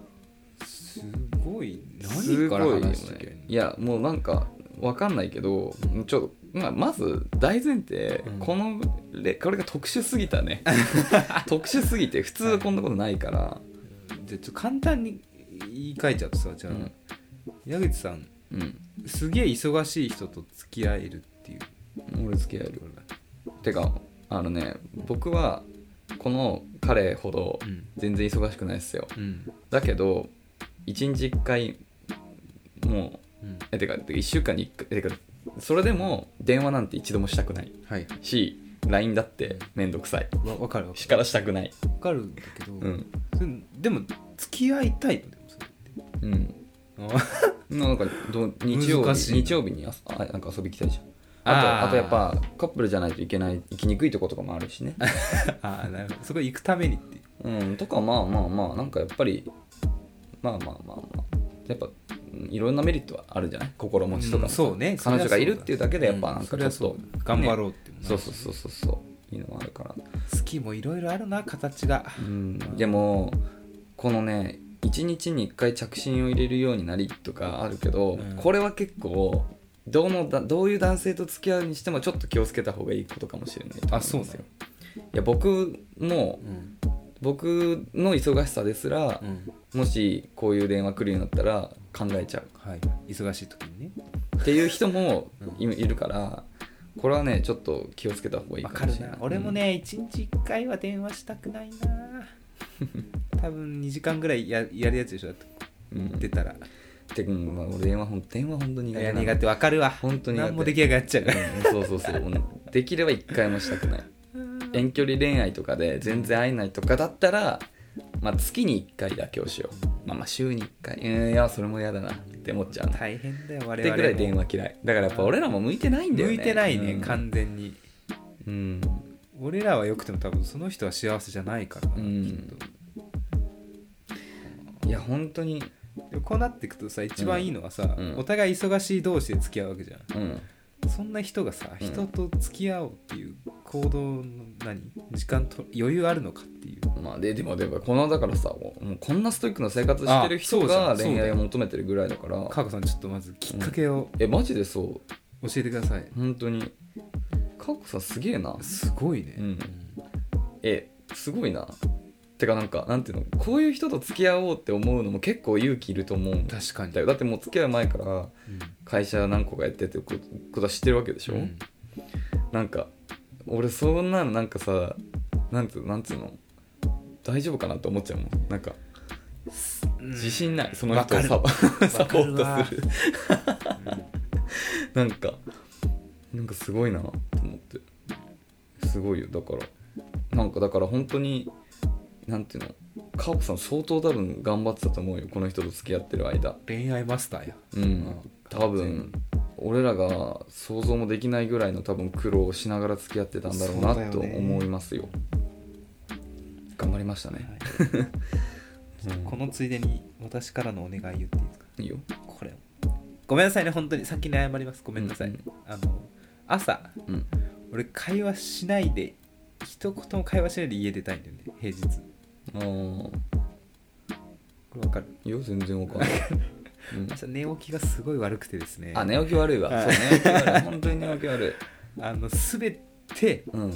Speaker 1: すごい何から話して
Speaker 2: すごいよねい
Speaker 1: や
Speaker 2: やもうなんかわかんないけどちょっと、まあ、まず大前提、
Speaker 1: うん
Speaker 2: このれこれが特殊すぎた ね特殊すぎて普通こんなことないから、
Speaker 1: じゃあちょっと簡単に言い換えちゃうとさじゃあ、
Speaker 2: うん
Speaker 1: 矢口さん
Speaker 2: うん
Speaker 1: すげえ忙しい人と付き合えるっていう
Speaker 2: 俺付き合えるてかあのね僕はこの彼ほど
Speaker 1: うん
Speaker 2: 全然忙しくないっすよ
Speaker 1: うん
Speaker 2: だけど1日1回もう
Speaker 1: うん
Speaker 2: えてか1週間に1回てかそれでも電話なんて一度もしたくない
Speaker 1: はい
Speaker 2: し LINE だって面倒くさい
Speaker 1: わ分かる分
Speaker 2: しからしたくない
Speaker 1: かるんだけど、
Speaker 2: うん
Speaker 1: それでも付き合いたいのでもそれ
Speaker 2: うん
Speaker 1: あ
Speaker 2: なんかど日曜
Speaker 1: 難しい
Speaker 2: 日
Speaker 1: な
Speaker 2: 日曜日にああなんか遊び来たいじゃんあと
Speaker 1: あー
Speaker 2: あとやっぱカップルじゃないといけない行きにくいとことかもある しね
Speaker 1: あーなるほどそこ行くためにっていう
Speaker 2: うんとかまあまあまあなんかやっぱりまあまあまあまあやっぱうんいろんなメリットはあるじゃない心持ちとか、
Speaker 1: うんそうね
Speaker 2: 彼女がいるっていうだけでやっぱなん
Speaker 1: そ
Speaker 2: か
Speaker 1: れ
Speaker 2: ちょ
Speaker 1: は
Speaker 2: っと
Speaker 1: そ、う頑張ろうってもね
Speaker 2: そうそうそうそうそういいのもあるから
Speaker 1: 好きもいろいろあるな形が
Speaker 2: うんでもこのね1日に1回着信を入れるようになりとかあるけど、
Speaker 1: うん
Speaker 2: これは結構どのだどういう男性と付き合うにしてもちょっと気をつけた方がいいことかもしれないと思ん
Speaker 1: あそうなの
Speaker 2: ですよいや僕も
Speaker 1: うん
Speaker 2: 僕の忙しさですら
Speaker 1: う、ん
Speaker 2: もしこういう電話来るようになったら考えちゃう
Speaker 1: はい忙しい時にね
Speaker 2: っていう人もい,、
Speaker 1: う
Speaker 2: るからこれはねちょっと気をつけた方がいい
Speaker 1: わ
Speaker 2: か
Speaker 1: か
Speaker 2: も
Speaker 1: る
Speaker 2: しれない
Speaker 1: な俺もね一日一回は電話したくない な多分2時間ぐらいややるやつでしょだって
Speaker 2: うん、うん
Speaker 1: 出たら
Speaker 2: てかうんまあ、俺電話ほん電話本当に
Speaker 1: い
Speaker 2: 苦手
Speaker 1: や
Speaker 2: なの
Speaker 1: 苦手わかるわ
Speaker 2: 本当に苦手
Speaker 1: 何もできなくなっちゃうから
Speaker 2: うん そうそうそううんできれば一回もしたくない遠距離恋愛とかで全然会えないとかだったら、まあ、月に1回だけをしようまあまあ週に1回うんいやそれも嫌だなって思っちゃうなっ
Speaker 1: 大変だよ我
Speaker 2: て
Speaker 1: 々
Speaker 2: ぐらい電
Speaker 1: も
Speaker 2: 話嫌いだからやっぱ俺らも向いてないんだよ
Speaker 1: 向
Speaker 2: ね
Speaker 1: いてないね、
Speaker 2: うん
Speaker 1: 完全に
Speaker 2: うん
Speaker 1: 俺らはよくても多分その人は幸せじゃないからな、
Speaker 2: うん
Speaker 1: きっと
Speaker 2: いや本当に
Speaker 1: でもこうなっていくとさ一番いいのはさ、
Speaker 2: うん
Speaker 1: お互い忙しい同士で付き合うわけじゃん
Speaker 2: うん
Speaker 1: そんな人がさ、
Speaker 2: うん
Speaker 1: 人と付き合おうっていう行動の何時間と余裕あるのかっていう
Speaker 2: まあででもでもこのだからさもうもうこんなストイックな生活してる人
Speaker 1: あ
Speaker 2: が
Speaker 1: そうじゃん
Speaker 2: 恋愛を求めてるぐらいだから
Speaker 1: 川子さんちょっとまずきっかけを
Speaker 2: えマジでそう
Speaker 1: 教えてください、
Speaker 2: 本当にかっこさんすげえな
Speaker 1: すごいね、
Speaker 2: うんえすごいなてかなんかなんていうのこういう人と付き合おうって思うのも結構勇気いると思うんだ
Speaker 1: 確かに
Speaker 2: よだってもう付き合う前から
Speaker 1: うん
Speaker 2: 会社何個かやっててことは知ってるわけでしょ、
Speaker 1: うん
Speaker 2: なんか俺そんなのなんかさなんつうなんつうの大丈夫かなって思っちゃうもんなんか
Speaker 1: うん
Speaker 2: 自信ない、その人をサ
Speaker 1: わ
Speaker 2: ポサポ
Speaker 1: わかる
Speaker 2: ー
Speaker 1: わ
Speaker 2: トするなんかなんかすごいなと思ってすごいよだからなんかだから本当になんていうのカープさん相当多分頑張ってたと思うよこの人と付き合ってる間
Speaker 1: 恋愛マスターや
Speaker 2: うん多
Speaker 1: 完全
Speaker 2: 分俺らが想像もできないぐらいの多分苦労をしながら付き合ってたんだろう
Speaker 1: そうだよ
Speaker 2: な
Speaker 1: ね
Speaker 2: と思いますよ頑張りましたね、うん
Speaker 1: このついでに私からのお願い言っていいですか
Speaker 2: いいよ
Speaker 1: これごめんなさいね本当に先に謝りますごめんなさい、
Speaker 2: うん
Speaker 1: あの朝
Speaker 2: うん
Speaker 1: 俺会話しないで一言も会話しないで家出たいんだよね平日こ
Speaker 2: あー
Speaker 1: れわかる
Speaker 2: いいよ全然わかんない、 うん
Speaker 1: 朝寝起きがすごい悪くてですね
Speaker 2: あ寝起き悪いわ、
Speaker 1: はい
Speaker 2: そう寝起き悪い本当に寝起き悪い
Speaker 1: あの全て
Speaker 2: うん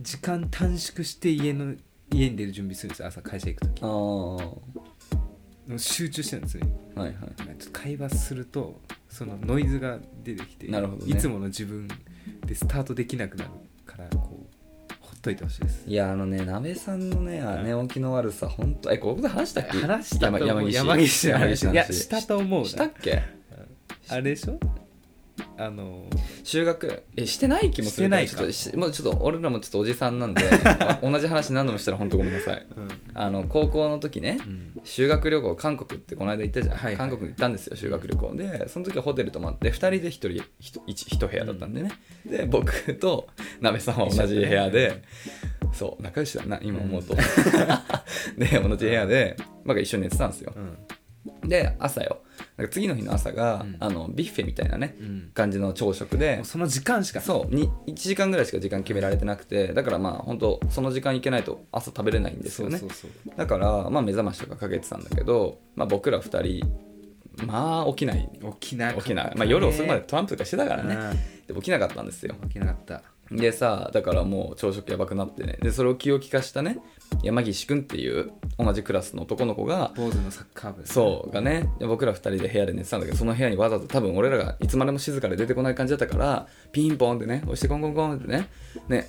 Speaker 1: 時間短縮して家の家に出る準備するんですよ朝会社行く時
Speaker 2: ああは
Speaker 1: もう集中してるんですよね
Speaker 2: いはい
Speaker 1: ちょっと会話するとそのノイズが出てきて
Speaker 2: なるほどね
Speaker 1: いつもの自分でスタートできなくなるからこうほっといてほしいです
Speaker 2: いやあのね鍋さんのねあ
Speaker 1: はい
Speaker 2: 寝起きの悪さ本当えここで話したっけ
Speaker 1: 話したと思う
Speaker 2: 山
Speaker 1: 山岸
Speaker 2: 岸
Speaker 1: の
Speaker 2: 山
Speaker 1: 話
Speaker 2: 岸の話
Speaker 1: いやしたと思うな
Speaker 2: したっけ
Speaker 1: あれでしょあの
Speaker 2: 修学えしてない気もす
Speaker 1: して
Speaker 2: るちょ
Speaker 1: な
Speaker 2: っ
Speaker 1: い
Speaker 2: と
Speaker 1: か
Speaker 2: しもうちょっと俺らもちょっとおじさん なんであ同じ話何度もしたら本当ごめんなさい
Speaker 1: うん、
Speaker 2: あの高校の時ね修学旅行韓国ってこの間行ったじゃん、
Speaker 1: はいはい
Speaker 2: 韓国に行ったんですよ修学旅行でその時はホテル泊まって2人で1人 1, 部屋だったんでね、で僕と鍋さんは同じ部屋で、そう仲良しだな今思うと、 で同じ部屋で、まあ、一緒に寝てたんですよ
Speaker 1: うん
Speaker 2: で朝よなんか次の日の朝が、
Speaker 1: うん
Speaker 2: あのビュッフェみたいなね
Speaker 1: うん、
Speaker 2: 感じの朝食で
Speaker 1: もうその時間しか
Speaker 2: そうに1時間ぐらいしか時間決められてなくてだからまあ本当その時間行けないと朝食べれないんですよね
Speaker 1: そうそうそう
Speaker 2: だから、まあ、目覚ましとかかけてたんだけど、まあ、僕ら2人まあ起きない
Speaker 1: 起きな
Speaker 2: 起きない、まあ、夜遅くまでトランプとかしてたから
Speaker 1: だ
Speaker 2: ね、で起きなかったんですよ
Speaker 1: 起きなかった
Speaker 2: でさだからもう朝食やばくなってねでそれを気を利かしたね山岸君っていう同じクラスの男の子が
Speaker 1: 坊主のサッカー部
Speaker 2: そうがねで僕ら2人で部屋で寝てたんだけどその部屋にわざと多分俺らがいつまでも静かで出てこない感じだったからピンポンってね押してコンコンコンってねね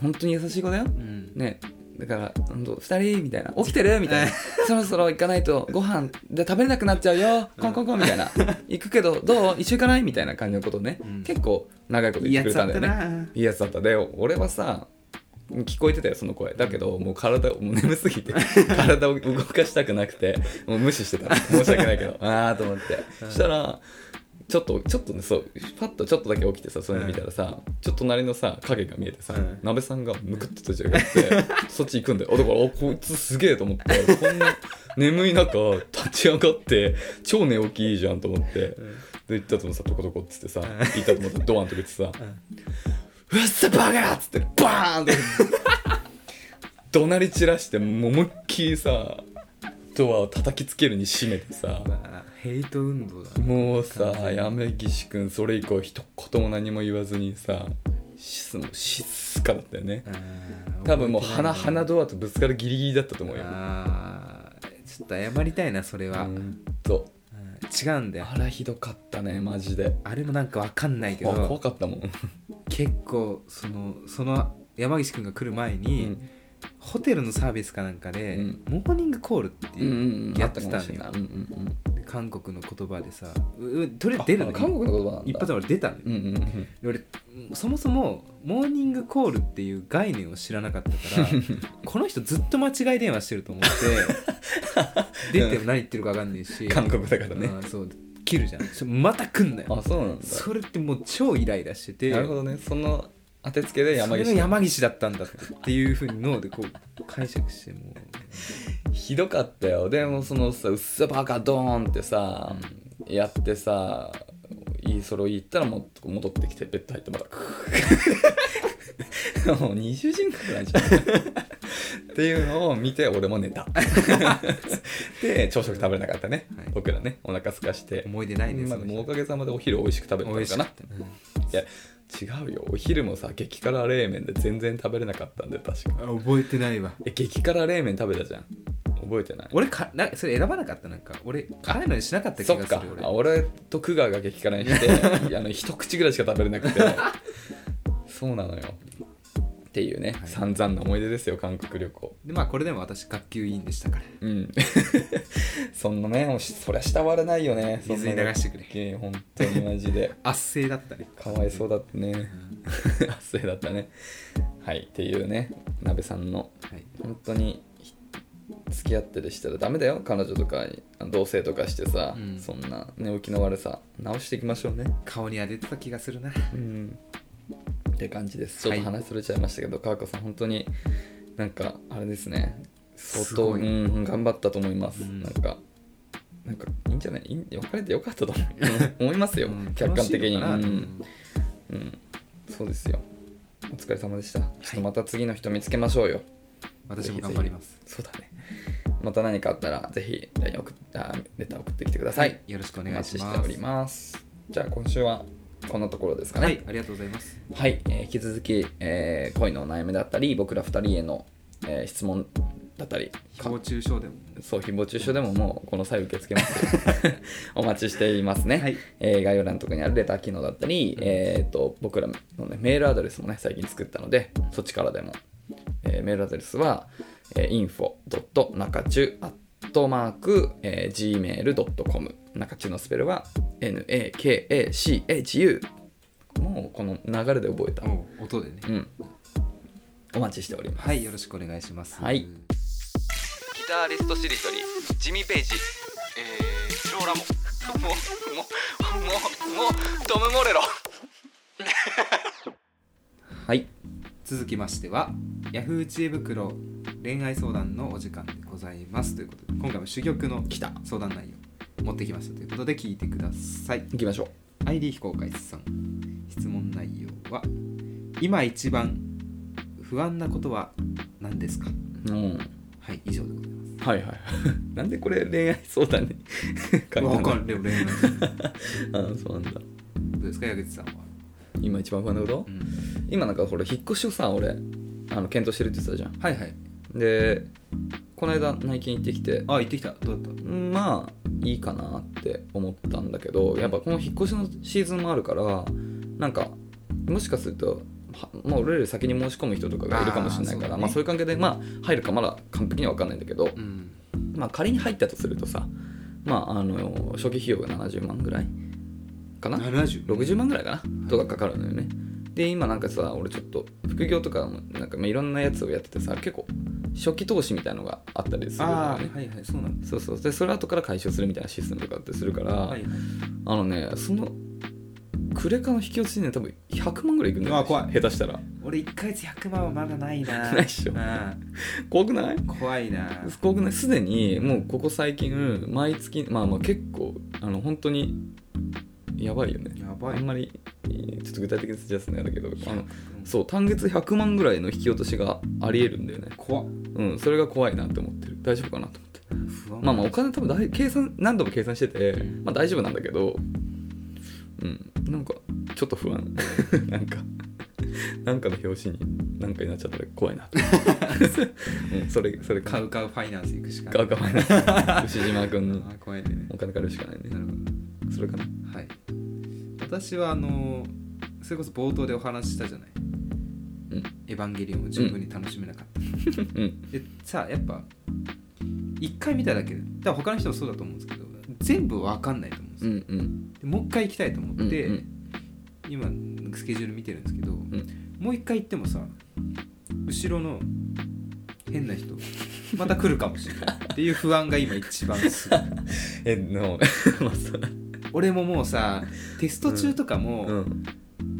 Speaker 2: 本当に優しい子だよ
Speaker 1: う、ん、
Speaker 2: ねだから本当2人みたいな起きてるみたいなそろそろ行かないとご飯で食べれなくなっちゃうよコンコンコンみたい な行くけどどう一緒行かないみたいな感じのことをね、
Speaker 1: うん
Speaker 2: 結構長いこと
Speaker 1: いい
Speaker 2: 言っ
Speaker 1: や
Speaker 2: てくれ
Speaker 1: つだっ
Speaker 2: たんだ
Speaker 1: た
Speaker 2: よね
Speaker 1: ない
Speaker 2: いやつだったで俺はさ聞こえてたよその声だけどもう体もう眠す ぎて体を動かしたくなくてもう無視してた申し訳ないけ どああと思ってそしたらちょっとちょっとねそうパッとちょっとだけ起きてさそれ見たらさ、ちょっと隣のさ影が見えてさ、
Speaker 1: うん
Speaker 2: 鍋さんがむくっと閉じ上 がってそっち行くんだよあだからあこいつすげえと思ってこんな眠い中立ち上がって超寝起きいいじゃんと思って、
Speaker 1: ん
Speaker 2: で行ったと思ってさトコトコっつってさ、
Speaker 1: ん
Speaker 2: 行ったと思ってドアンとか言ってさ、
Speaker 1: ん
Speaker 2: うっせバカっつってバーンって怒鳴り散らしてもう思いっきりさドアを叩きつけるに閉めてさ
Speaker 1: まあヘイト運動だ
Speaker 2: もうさ
Speaker 1: 完全に
Speaker 2: 山岸君それ以降一言も何も言わずにさしもう静かだったよね
Speaker 1: うん
Speaker 2: 多分もう
Speaker 1: 覚えてな
Speaker 2: 鼻
Speaker 1: い
Speaker 2: 鼻ドアとぶつかるギリギリだったと思うよ
Speaker 1: あーちょっと謝りたいなそれは、
Speaker 2: ほ
Speaker 1: うん
Speaker 2: んと
Speaker 1: 違うんだよ
Speaker 2: あらひどかったねマジで
Speaker 1: あれもなんかわかんないけ
Speaker 2: 怖怖
Speaker 1: ど
Speaker 2: かったもん、
Speaker 1: 結構そのその山岸君が来る前
Speaker 2: う
Speaker 1: に、
Speaker 2: ん
Speaker 1: ホテルのサービスかなんかで、
Speaker 2: うん
Speaker 1: モーニングコールって
Speaker 2: うんう
Speaker 1: いう、
Speaker 2: んうん
Speaker 1: や
Speaker 2: あ
Speaker 1: っ
Speaker 2: ってた
Speaker 1: たんよ
Speaker 2: かもしれない、うんうんうん、
Speaker 1: 韓国の言葉でさううとりあえず出るの
Speaker 2: あ韓国の言葉なんだ
Speaker 1: 一発で俺出たのよ、
Speaker 2: うんうんうん
Speaker 1: で俺そもそもモーニングコールっていう概念を知らなかった からこの人ずっと間違い電話してると思 って出ても何言ってるか分かんないし
Speaker 2: 韓国だからね
Speaker 1: あーそう切るじゃんそまた来んなよ
Speaker 2: あそうなんだ
Speaker 1: それってもう超イライラしてて
Speaker 2: なるほどねその当てつけで
Speaker 1: そ
Speaker 2: 山
Speaker 1: れが
Speaker 2: 岸
Speaker 1: 山岸だったんだっていうふうに脳でこう解釈しても
Speaker 2: ひどかったよでもそのさ「うっせバカドーン!」ってさ、やってさいいそれを言ったらもう戻ってきてベッド入ってまたクー もう二重人格なんじゃんっていうのを見て俺も寝たで朝食食べれなかったね、
Speaker 1: はい
Speaker 2: 僕らねお腹空かして
Speaker 1: 思い出ないねそ
Speaker 2: まあ
Speaker 1: の
Speaker 2: で
Speaker 1: 人
Speaker 2: もおかげさまでお昼美味しく食べれた
Speaker 1: 美
Speaker 2: の
Speaker 1: 味
Speaker 2: か
Speaker 1: し
Speaker 2: な
Speaker 1: かった
Speaker 2: いや違うよお昼もさ激辛冷麺で全然食べれなかったんだよ確か
Speaker 1: うんあ覚えてないわ
Speaker 2: え激辛冷麺食べたじゃん覚えてない
Speaker 1: 俺かなそれ選ばなかったなんか俺辛いのにしなかった気
Speaker 2: そっ
Speaker 1: がする
Speaker 2: か
Speaker 1: 俺
Speaker 2: あ俺と久我が激辛にし てあの一口ぐらいしか食べれなくてそうなのよっていうね、
Speaker 1: い
Speaker 2: 散々な思い出ですよ韓国旅行
Speaker 1: でまあこれでも私学級委員でしたから
Speaker 2: うん そんなねもうしそりゃ慕われないよね
Speaker 1: 水に流してくれ
Speaker 2: れ本当にマジ で
Speaker 1: 圧政だったね
Speaker 2: かわいそうだったね それだったねはいっていうね鍋さんの
Speaker 1: はい
Speaker 2: 本当にひ付き合ってるしたらダメだよ彼女とか同棲とかしてさ、
Speaker 1: うん
Speaker 2: そんな寝起きの悪さ直していきましょうね
Speaker 1: 顔に当ててた気がするな
Speaker 2: うんって感じですちょっ
Speaker 1: はい
Speaker 2: と話それちゃいましたけど、川子さん本当になんかあれですね
Speaker 1: す
Speaker 2: 相当
Speaker 1: ご
Speaker 2: う
Speaker 1: い
Speaker 2: ん頑張ったと思います、
Speaker 1: うん
Speaker 2: なんかなんかいいんじゃないいい別れてよかったと思う 思いますよ、
Speaker 1: うん
Speaker 2: 客観的に、
Speaker 1: 楽しいの
Speaker 2: う
Speaker 1: かなうんん
Speaker 2: うんそうですよお疲れ様でした、ちょっとまた次の人見つけましょうよ
Speaker 1: 私も頑張ります
Speaker 2: そうだね。また何かあったら、ぜひ LINE 送っあレター送ってきてください。
Speaker 1: よろしくお
Speaker 2: お
Speaker 1: 願い
Speaker 2: 待
Speaker 1: し
Speaker 2: ち
Speaker 1: ま
Speaker 2: し
Speaker 1: す
Speaker 2: ております。じゃあ今週はこんなところですかね。
Speaker 1: は
Speaker 2: はいい、
Speaker 1: ありがとうございます
Speaker 2: えー引き続き、えー恋のお悩みだったり、僕ら二人への、えー質問だったり、
Speaker 1: 誹謗中傷でも
Speaker 2: そう、誹謗中傷でももうこの際受け付けます。 お待ちしていますね。
Speaker 1: はい
Speaker 2: えー概要欄のとこにあるレター機能だったり、えー、と僕らの、ね、メールアドレスもね、最近作ったので、そっちからでも。えーメールアドレスは、えー、info.nakachu.gmail.com 中中のスペルは nakachu もうこの流れで覚えた。
Speaker 1: もう音でね
Speaker 2: うん。お待ちしております。
Speaker 1: はいよろしくお願いします
Speaker 2: はいギタリストしりとりジミー・ペイジえー、ローラモもうもうもうもうトム・モレロはい
Speaker 1: 続きましては Yahoo! 知恵袋恋愛相談のお時間でございますということで今回も珠玉の
Speaker 2: 来た
Speaker 1: 相談内容持ってきましたということで聞いてください
Speaker 2: 行きましょ
Speaker 1: ID 非公開さん質問内容は今一番不安なことは何ですか
Speaker 2: う。うん。
Speaker 1: はい以上でございます
Speaker 2: はい はい。なんでこれ恋愛相談に 書いたの
Speaker 1: わかんない恋愛の
Speaker 2: あそうなん
Speaker 1: ど
Speaker 2: だ。
Speaker 1: うですか矢口さんは、
Speaker 2: 今一番不安なこと
Speaker 1: うん、
Speaker 2: 今なんかほら、引っ越しをさ、俺、あの検討してるって言ってたじゃん。
Speaker 1: はいはい
Speaker 2: で、この間内見行ってきて、
Speaker 1: あ行ってきたどうだっ
Speaker 2: まあいいかなって思ったんだけどやっぱこの引っ越しのシーズンもあるからなんかもしかするとはまあ、俺らより先に申し込む人とかがいるかもしれないから
Speaker 1: あーそうだね
Speaker 2: まあ、そういう関係で、まあ、入るかまだ完璧には分かんないんだけど、
Speaker 1: たうん
Speaker 2: まあ、仮に入ったとするとさ、まあ、あの初期費用が70万ぐらいかな
Speaker 1: 70
Speaker 2: 60万ぐらいかなとかかかるのよねで今なんかさ俺ちょっと副業とかもなんかまあいろんなやつをやっててさ結構初期投資みたいのがあったりするのよ
Speaker 1: あ
Speaker 2: ね
Speaker 1: あはいはいそうなんだ
Speaker 2: そうそうでそれ後から回収するみたいなシステムとかってするから、
Speaker 1: はいはい
Speaker 2: あのねそのクレカの引き落としね多分100万ぐらいいくんだよ、ね、
Speaker 1: あ怖い
Speaker 2: 下手したら
Speaker 1: 俺1ヶ月100万はまだないな
Speaker 2: ないっしょ
Speaker 1: うん
Speaker 2: 怖くない
Speaker 1: 怖 いな
Speaker 2: 怖くないすでにもうここ最近毎月まあまあ結構あの本当にやばいよね
Speaker 1: や
Speaker 2: あ
Speaker 1: ばい
Speaker 2: んまりちょっと具体的にじゃすねあれだけどあの
Speaker 1: うん
Speaker 2: そう単月100万ぐらいの引き落としがありえるんだよね
Speaker 1: 怖っ
Speaker 2: うんそれが怖いなって思ってる大丈夫かなと思って
Speaker 1: 不安
Speaker 2: まあまあお金多分だい計算何度も計算してて、
Speaker 1: うん
Speaker 2: まあ大丈夫なんだけどうんなんかちょっと不安 なんかなんかの表紙になんかになっちゃったら怖いなと、 うん、それそれ
Speaker 1: 買
Speaker 2: 買う
Speaker 1: う買うファイナンス行くしかない
Speaker 2: 買うか買わ ない牛島君の
Speaker 1: あ怖いね
Speaker 2: お金借りるしかない
Speaker 1: な
Speaker 2: ね
Speaker 1: るほど
Speaker 2: それかな
Speaker 1: はい、私はあのそれこそ冒頭でお話ししたじゃない「
Speaker 2: うん
Speaker 1: エヴァンゲリオン」を十分に楽しめなかった、
Speaker 2: うん
Speaker 1: でさやっぱ一回見ただけで多分他の人もそうだと思うんですけど全部わかんないと思うんです
Speaker 2: う
Speaker 1: よ、
Speaker 2: んうん
Speaker 1: でもう一回行きたいと思って、
Speaker 2: うんうん
Speaker 1: 今スケジュール見てるんですけど、
Speaker 2: ん
Speaker 1: もう一回行ってもさ後ろの変な人また来るかもしれないっていう不安が今一番す ごい
Speaker 2: えのまあそう
Speaker 1: 俺ももうさテスト中とかも、
Speaker 2: うん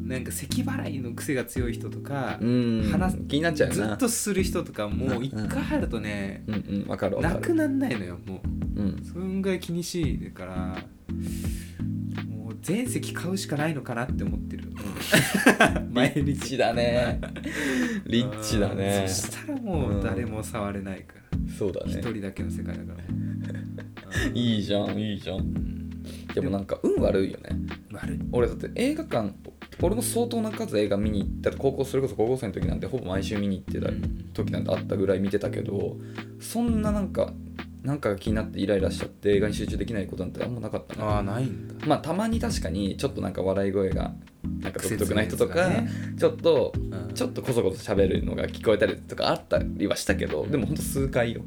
Speaker 1: なんか咳払いの癖が強い人とか、
Speaker 2: うん
Speaker 1: 話
Speaker 2: 気になっちゃうよ
Speaker 1: ず
Speaker 2: な
Speaker 1: っとする人とかも
Speaker 2: う
Speaker 1: うん一回入るとね、
Speaker 2: うんうんわかるわか
Speaker 1: な
Speaker 2: る
Speaker 1: くなんないのよも
Speaker 2: うん
Speaker 1: うそんぐらい気にしいからもう全席買うしかないのかなって思ってる毎
Speaker 2: リッチだ ねリッチだ
Speaker 1: うん
Speaker 2: ね
Speaker 1: そしたらもう誰も触れないから
Speaker 2: そうだ
Speaker 1: 一、
Speaker 2: ね
Speaker 1: 人だけの世界だから
Speaker 2: いいじゃんいいじゃん
Speaker 1: うん
Speaker 2: でもなんか運悪いよね
Speaker 1: 悪い
Speaker 2: 俺だって映画館俺も相当な数映画見に行った高校それこそ高校生の時なんてほぼ毎週見に行ってた
Speaker 1: うん
Speaker 2: 時なんてあったぐらい見てたけどそんななんかなんかが気になってイライラしちゃって映画に集中できないことなんてあんまなかった
Speaker 1: ああ
Speaker 2: な
Speaker 1: ないんだ
Speaker 2: まあたまに確かにちょっとなんか笑い声がなんか独特な人と
Speaker 1: 癖
Speaker 2: か、
Speaker 1: 強いやつ
Speaker 2: ちょっと
Speaker 1: がねうん
Speaker 2: ちょっとこそこそ喋るのが聞こえたりとかあったりはしたけどでもほんと数回よ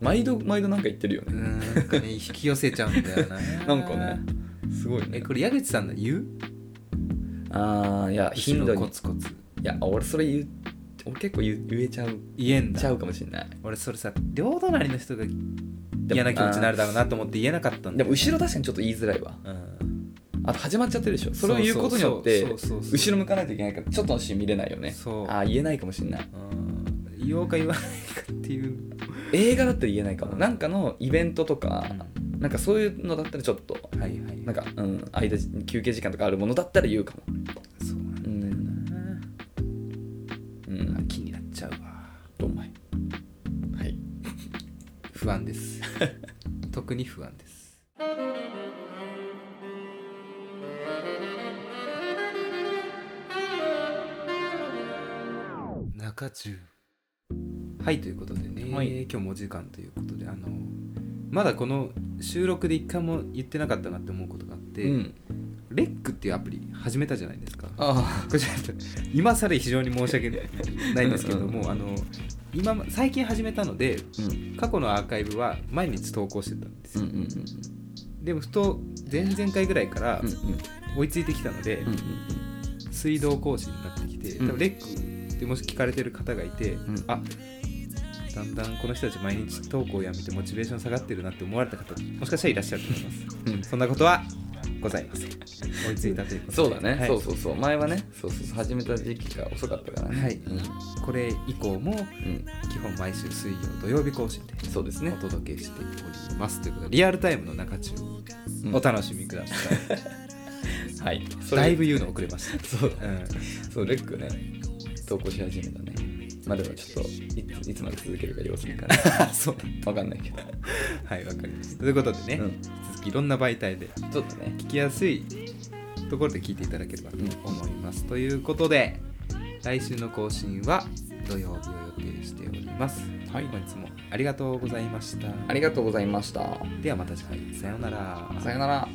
Speaker 2: 毎度毎度なんか言ってるよ
Speaker 1: う
Speaker 2: ね
Speaker 1: んなんかね引き寄せちゃうんだよな
Speaker 2: なんかねすごい
Speaker 1: え
Speaker 2: ね
Speaker 1: これ矢口さんの言う
Speaker 2: ああいや頻
Speaker 1: 後
Speaker 2: 度
Speaker 1: ろ
Speaker 2: に
Speaker 1: コツコツ
Speaker 2: いや俺それ言う俺結構言う言えちゃう
Speaker 1: 言えん
Speaker 2: 言っちゃ
Speaker 1: だ
Speaker 2: うかもしれない
Speaker 1: 俺それさ両隣の人が嫌な気持ちになるだろうなと思って言えなかった
Speaker 2: あ
Speaker 1: んだ
Speaker 2: ーで
Speaker 1: よ
Speaker 2: も後ろ確かにちょっと言いづらいわ
Speaker 1: うん
Speaker 2: あと始まっちゃってるでしょそれを言うことによって
Speaker 1: そうそうそうそう
Speaker 2: 後ろ向かないといけないからちょっとのシーン見れないよね
Speaker 1: そう
Speaker 2: あー言えないかもしれない
Speaker 1: うん言おうか言わないかっていう
Speaker 2: 映画だったら言えないかもなんかのイベントとか、なんかそういうのだったらちょっと
Speaker 1: はいはい
Speaker 2: なんか、うん、間休憩時間とかあるものだったら言うかも
Speaker 1: そうなんだよな
Speaker 2: うん
Speaker 1: あ気になっちゃうわ
Speaker 2: どうまいはい
Speaker 1: 不安です特に不安です中中はいということでね、
Speaker 2: はい
Speaker 1: 今日もお時間ということであのまだこの収録で一回も言ってなかったなって思うことがあって、
Speaker 2: うん
Speaker 1: レックっていうアプリ始めたじゃないですか
Speaker 2: あ
Speaker 1: こちらちょっと今更非常に申し訳ないんですけどもあの今最近始めたので
Speaker 2: あうん
Speaker 1: 過去のアーカイブは毎日投稿してたんです
Speaker 2: うんう
Speaker 1: よ、
Speaker 2: んうん
Speaker 1: でもふと前々回ぐらいから
Speaker 2: うんうん
Speaker 1: 追いついてきたので、
Speaker 2: うん
Speaker 1: 水道講師になってきて、
Speaker 2: うん
Speaker 1: 多分レックでもし聞かれてる方がいて、
Speaker 2: ん
Speaker 1: あだんだんこの人たち毎日投稿やめてモチベーション下がってるなって思われた方もしかしたらいらっしゃると思います、
Speaker 2: うん
Speaker 1: そんなことはございません追いついたということで
Speaker 2: そうだね、
Speaker 1: はい
Speaker 2: そうそうそう前はねそうそうそう始めた時期が遅かったからね
Speaker 1: はい
Speaker 2: うん、
Speaker 1: これ以降も
Speaker 2: うん
Speaker 1: 基本毎週水曜土曜日更新で
Speaker 2: そうです
Speaker 1: お
Speaker 2: ね
Speaker 1: 届けしておりますということでリアルタイムの中中
Speaker 2: うん
Speaker 1: お楽しみください、
Speaker 2: はい
Speaker 1: だいぶ言うの遅れました
Speaker 2: そうだ
Speaker 1: うん
Speaker 2: そうレックね投稿し始めたねまあでもちょっといついつまで続けるか様子見かなそうわかんないけど
Speaker 1: はいわかりましたということでね、
Speaker 2: うん
Speaker 1: 引き続きいろんな媒体で
Speaker 2: ちょっとね
Speaker 1: 聞きやすいところで聞いていただければと思います、ということで来週の更新は土曜日を予定しております、
Speaker 2: はい
Speaker 1: 本日もありがとうございました
Speaker 2: ありがとうございました
Speaker 1: ではまた次回さようなら
Speaker 2: さよなら